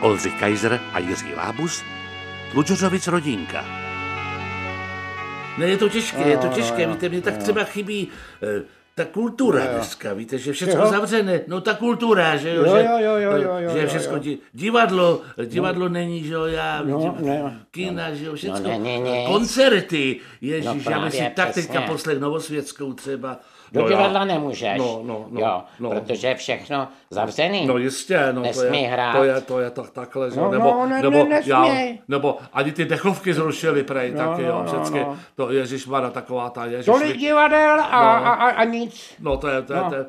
Oldřich Kaiser a Jiří Lábus, Tlučořovic rodinka. Ne, je to těžké, je No, to těžké, víte, mě tak třeba chybí eh, ta kultura Jo, jo. dneska, víte, že je všechno Jo. zavřené, no ta kultura, že jo, Jo, že, eh, jo, jo, jo, jo, jo, že je jo, všechno, jo. di- divadlo, eh, divadlo není, že jo, já, No, diva- ne. kina, že jo, všechno, Eh, ne, ne, ne. koncerty, ježíš, No já bych si právě, tak teďka přesně. poslech Novosvětskou třeba, Do no, já- divadla nemůžeš. No, no, no, jo, no. Protože je všechno zavřený. No jistě, no to Nesmí je, hrát. to je, to je tak, takhle, že? jo, No, nebo, no, ne, nebo, ne, nesmí. nebo ani ty dechovky zrušili, prej, No, taky, no, jo, no, všecky, no. to Ježíš Mara, taková ta Ježíš. Tolik divadel a, a, a, a nic. No to je, to je, to je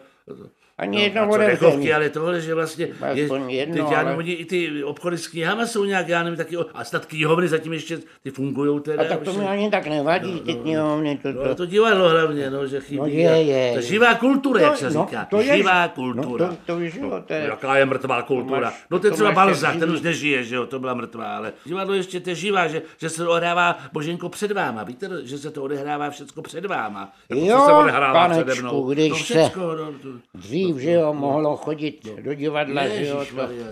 Ani No, no, jedno a co dechovky, odevření. ale tohle, že vlastně, je, Aspoň jedno, teď já ale- nevím, oni i ty obchody s knihama jsou nějak, já nevím, taky, a snad knihovny zatím ještě, ty fungují teda. A No, tak to už- mi ani tak nevadí, ty knihovny, to, No, ale to. to divadlo hlavně, no, že chybí. No, je, je, Ta je. živá kultura, jak se No, říká. to je- živá No, kultura. No, to, to už jo, to je... Jaká je mrtvá kultura? To máš- No to je to třeba máš Balzak, ten ten živý. už nežije, že jo, to byla mrtvá, ale divadlo ještě to je živá, že, že se to odehrává Boženko před váma, víte, že se to odehrává všecko před váma. Jako co Jo, se odehrává přede panečku, mnou. když no, se- všecko, no, to... Dřív, že jo, mohlo chodit do divadla, že jo, to... Ježišmarja,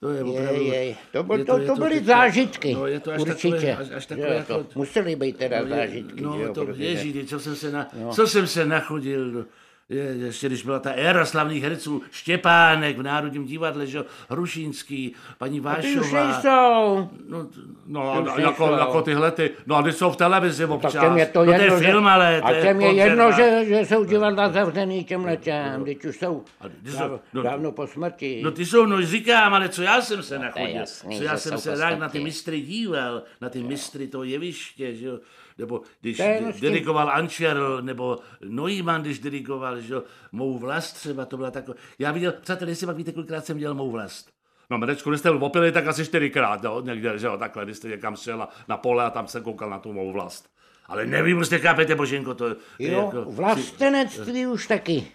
to je opravdu... Jej, jej. To, byl, je to, je to, byly teďka- zážitky, No, je to až určitě. takové, až, až že jo, takové jako... to museli být teda zážitky, no, že jo, to, protože- No. ježíš, co jsem se, na, co jsem se nachodil, no. je, ještě když byla ta éra slavných herců, Štěpánek v Národním divadle, že jo, Hrušínský, paní No Ty už Vášová. nejsou. No, t- no a, už a jako, nejsou. jako tyhle ty, no a ty jsou v televizi Tak občas. těm je to no, jedno, to je film, ale to a těm je koncert, no. jedno, a- že, že jsou divadla zavřený těm letem, teď už jsou ty jsou- dávno, no, dávno po smrti. No ty jsou, no říkám, ale co já jsem se nachodil, No, jasný, co já že jsem jsou se tak na ty podstatě. mistry díval, na ty mistry toho jeviště, že jo, nebo když Ten de- s tím- dirigoval Ančerl, nebo Neumann, když dirigoval, že jo, mou vlast třeba, to byla taková, já viděl, přátelé, jestli pak víte, kolikrát jsem dělal mou vlast. No, Merečku, když jste opili, tak asi čtyřikrát, jo, někde, že jo, takhle, když jste někam šel na, na pole a tam se koukal na tu mou vlast. Ale nevím, prostě chápete, Boženko, to, to je jo, jako... vlastenectví už taky.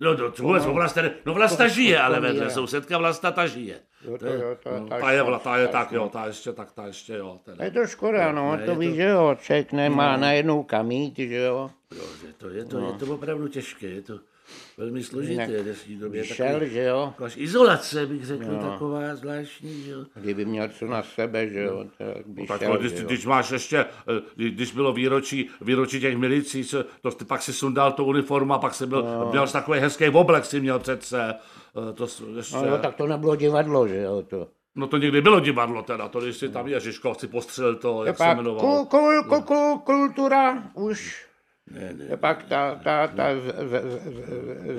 No, no, co vůbec, no, vlasta, no vlasta žije, ale vedle jo. sousedka vlasta ta žije. Jo, to jo, to- no, ta ta je, ještě- vla, ta je ta tak, jo, ta ještě, tak ta ještě, jo. Teda. A je to škoda, no, ne, to je to- No. víš, že jo, člověk nemá najednou kam jít, že jo. Jo, je to, je to, No. je to opravdu těžké, je to velmi složité v dnešní době. Šel, No. Takový, že jo, taková až izolace, bych řekl, taková zvláštní, že jo. kdyby měl co na sebe, že jo, tak by No. Tak šel, když, že jo. když máš ještě, eh, když bylo výročí, výročí těch milicí, co- to jsi, pak si sundal tu uniformu a pak si byl, no. měl jsi takový hezký oblek, si měl přece. eh, To, s- ještě, No jo, tak to nebylo divadlo, že jo, to. No to někdy bylo divadlo teda, to když si tam Ježiško si postřelil to, jak se No. No. Pak jmenovalo. kul, kul, kul, kul, kultura už, ne, pak ta, ta, ta, z, z, z,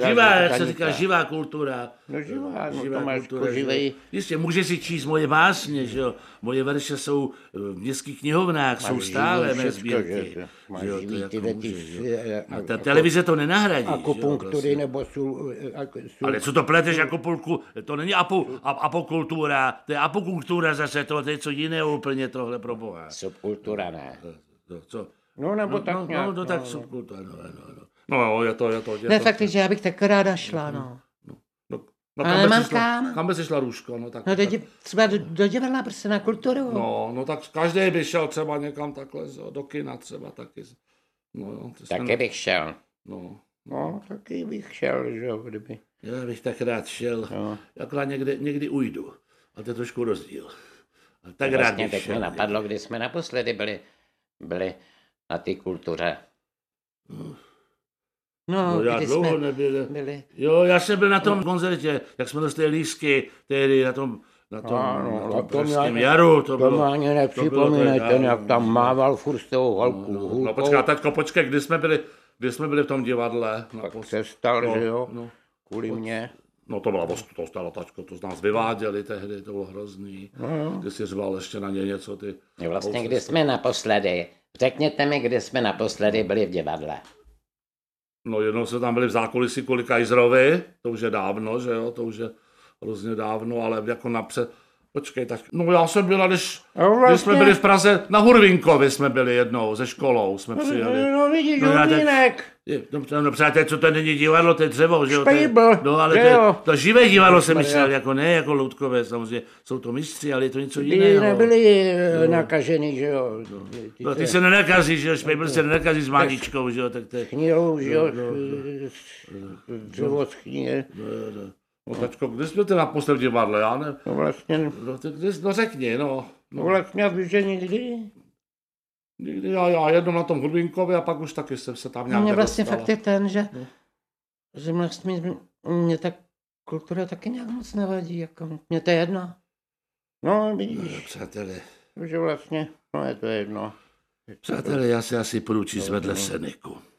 z, Živá, jak se zanikla. říká, živá kultura. No živá, no Živá to máš kultura, že jo. živej. Jistě, může si číst moje básně, že jo. Moje verše jsou eh, v městských knihovnách, jsou živý stále mé všecko, sbírky. že jo. Máš Že jo, to živý jako tyhle ty může, vš- že jo. eh, A ta televize to nenahradí. že jo, Akupunktury vlastně. nebo sul, eh, ak- sul, Ale co to pleteš akupulku, to není apu, ap, apokultura, to je apokultura zase, to, to je co jiného úplně tohle pro boha. subkultura ne. To, co? No nebo tak no, nějak. no, no, tak subkultura, no, no, no. No jo, je to, je to. Je Ne, to tak že já bych tak ráda šla, no. No, no Ale kam, mám bys šla, kam. kam bys šla, Růžko? No, tak, No do, tak, di- třeba do, do divadla, prostě na kulturu. no, no tak každý by šel třeba někam takhle z- do kina třeba taky. z- No, jo, to Taky jsem- bych šel. no. No, taky bych šel, že jo, kdyby. no. Já bych tak rád šel, Jo. akorát někdy, někdy ujdu. A to je trošku rozdíl. A tak rád Vlastně bych teď mi šel. napadlo, kdy jsme naposledy byli, byli na té kultuře. No, No, já kdy dlouho jsme nebyl. byli. Jo, já jsem byl na No. tom koncertě, jak jsme dostali lísky, tehdy na tom, na tom, Ano, no, na na tom tom já- pražském jaru. To, To bylo, mi ani to nepřipomínej, bylo tak ten jak tam dávno. mával furt s tou holkou. No hůlkou, počkej, a taťko, počkej, kdy jsme byli, kdy jsme byli v tom divadle? Na tak se stal, no, že jo, no. kvůli mně. No to byla ost- to stalo tačko, to z nás vyváděli tehdy, to bylo hrozný. Ty si řval ještě na ně něco, ty... Vlastně, kdy jsme naposledy, řekněte mi, kdy jsme naposledy byli v divadle. No jednou jsme tam byli v zákulisí kvůli Kajzrovi, to už je dávno, že jo, to už je hrozně dávno, ale jako napřed... Počkej, tak... No já jsem byla, když, No když jsme vlastně- byli v Praze, na Hurvinkovi jsme byli jednou, ze školou jsme přijeli. No vidíš, No, já tak- Jurvínek, Je, No, to- no přátelé, co to není divadlo, to je dřevo, že jo? to je- Špejbl, no, ale že to, je, jo? to živé divadlo jsem myslel, jako ne, jako loutkové, samozřejmě. Jsou to mistři, ale je to něco ty jiného. nebyli eh, nakažený, že jo. Ty No, ty se se nenakazíš, že jo, Špejbl se nenakazí s mágičkou, No, že jo, tak to je... Schnilou, že jo, dřevo schnil. No tačko, kde jsme to naposled v divadle, já ne? No vlastně, No, tak kde, no řekni, no. no no vlastně víš, že nikdy? Nikdy já, já jednou na tom Hudvinkovi a pak už taky jsem se tam No nějak mě vlastně nedostal. fakt je ten, že, No. že vlastně mě, mě ta kultura taky nějak moc nevadí, jako mě to je jedno. No vidíš, Přáteli, že vlastně, no je to jedno. přáteli, já si asi půjdu číst vedle Seneku.